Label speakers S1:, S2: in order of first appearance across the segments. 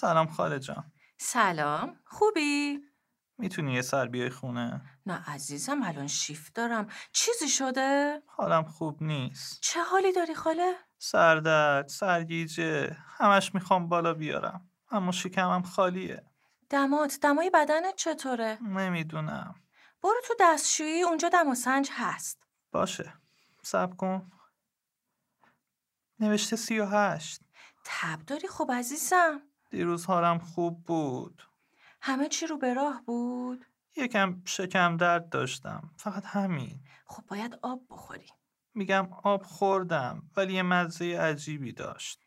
S1: سلام خاله جان
S2: سلام خوبی؟
S1: میتونی یه سر بیای خونه
S2: نه عزیزم الان شیفت دارم چیزی شده؟
S1: حالم خوب نیست
S2: چه حالی داری خاله؟
S1: سردرد سرگیجه همش میخوام بالا بیارم اما شکمم خالیه
S2: دمات دمای بدنت چطوره؟
S1: نمیدونم
S2: برو تو دستشویی اونجا دم و سنج هست
S1: باشه صبر کن نوشته سی و هشت
S2: تب داری خب عزیزم
S1: دیروز حالم خوب بود
S2: همه چی رو به راه بود
S1: یکم شکم درد داشتم فقط همین
S2: خب باید آب بخوری
S1: میگم آب خوردم ولی یه مزه عجیبی داشت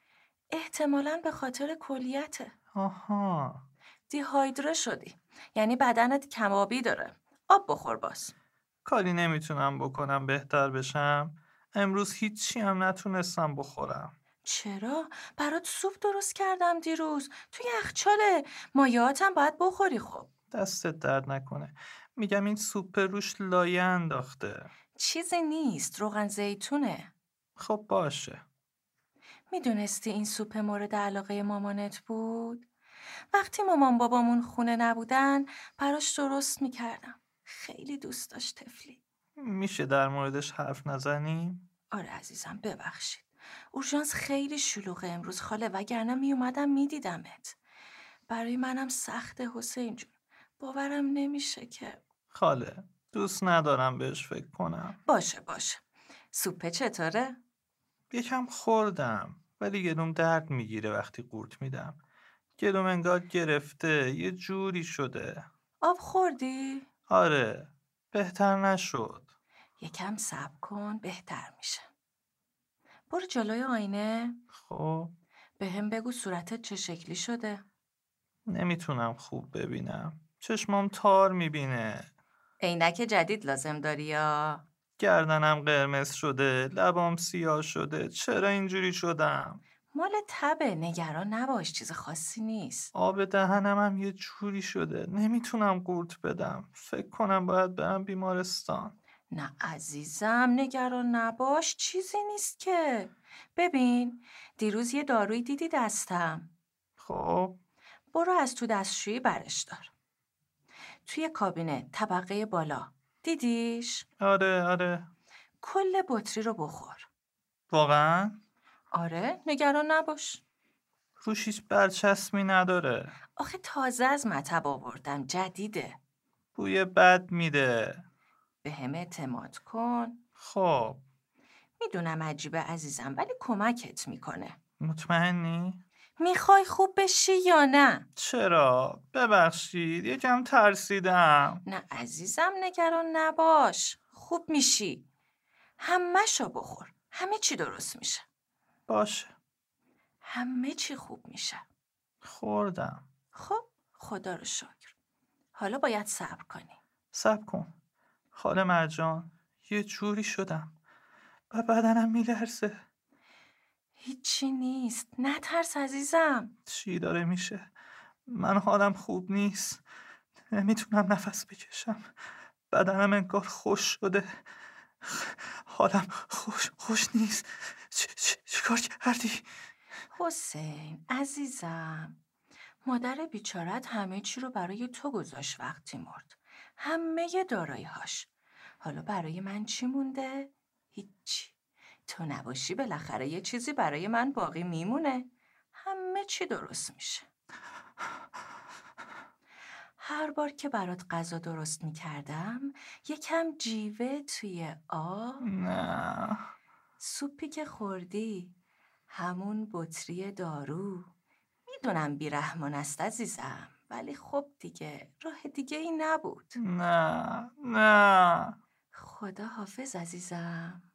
S2: احتمالا به خاطر کلیته
S1: آها
S2: دیهایدره شدی یعنی بدنت کمابی داره آب بخور باز
S1: کاری نمیتونم بکنم بهتر بشم امروز هیچی هم نتونستم بخورم
S2: چرا برات سوپ درست کردم دیروز تو یخچاله مایاتم باید بخوری خب
S1: دستت درد نکنه میگم این سوپ روش لایه انداخته
S2: چیزی نیست روغن زیتونه
S1: خب باشه
S2: میدونستی این سوپ مورد علاقه مامانت بود وقتی مامان بابامون خونه نبودن براش درست میکردم خیلی دوست داشت تفلی
S1: میشه در موردش حرف نزنیم
S2: آره عزیزم ببخشید اورژانس خیلی شلوغه امروز خاله وگرنه میومدم میدیدمت برای منم سخت حسین جون باورم نمیشه که
S1: خاله دوست ندارم بهش فکر کنم
S2: باشه باشه سوپه چطوره؟
S1: یکم خوردم ولی گلوم درد میگیره وقتی قورت میدم گلوم انگار گرفته یه جوری شده
S2: آب خوردی؟
S1: آره بهتر نشد
S2: یکم صبر کن بهتر میشه برو جلوی آینه
S1: خب
S2: به هم بگو صورتت چه شکلی شده
S1: نمیتونم خوب ببینم چشمام تار میبینه
S2: عینک جدید لازم داری یا
S1: گردنم قرمز شده لبام سیاه شده چرا اینجوری شدم
S2: مال تبه نگران نباش چیز خاصی نیست
S1: آب دهنم هم یه جوری شده نمیتونم قورت بدم فکر کنم باید برم بیمارستان
S2: نه عزیزم نگران نباش چیزی نیست که ببین دیروز یه دارویی دیدی دستم
S1: خب
S2: برو از تو دستشویی برش دار توی کابینه طبقه بالا دیدیش
S1: آره آره
S2: کل بطری رو بخور
S1: واقعا
S2: آره نگران نباش
S1: روش هیچ برچسبی نداره
S2: آخه تازه از مطب آوردم جدیده
S1: بوی بد میده
S2: به هم اعتماد کن
S1: خب
S2: میدونم عجیبه عزیزم ولی کمکت میکنه
S1: مطمئنی؟
S2: میخوای خوب بشی یا نه
S1: چرا؟ ببخشید یکم ترسیدم
S2: نه عزیزم نگران نباش خوب میشی همهشو بخور همه چی درست میشه
S1: باشه
S2: همه چی خوب میشه
S1: خوردم
S2: خب خدا رو شکر حالا باید صبر کنی
S1: سب کن خاله مرجان یه جوری شدم و بدنم میلرزه
S2: هیچی نیست نترس عزیزم
S1: چی داره میشه من حالم خوب نیست نمیتونم نفس بکشم بدنم انگار خوش شده حالم خوش خوش نیست چ- چ- چیکار کردی
S2: حسین عزیزم مادر بیچارت همه چی رو برای تو گذاشت وقتی مرد همه داراییهاش حالا برای من چی مونده؟ هیچی تو نباشی بالاخره یه چیزی برای من باقی میمونه همه چی درست میشه هر بار که برات غذا درست میکردم یکم جیوه توی آب
S1: نه
S2: سوپی که خوردی همون بطری دارو میدونم بیرحمان است عزیزم ولی خب دیگه راه دیگه ای نبود
S1: نه نه
S2: خدا حافظ عزیزم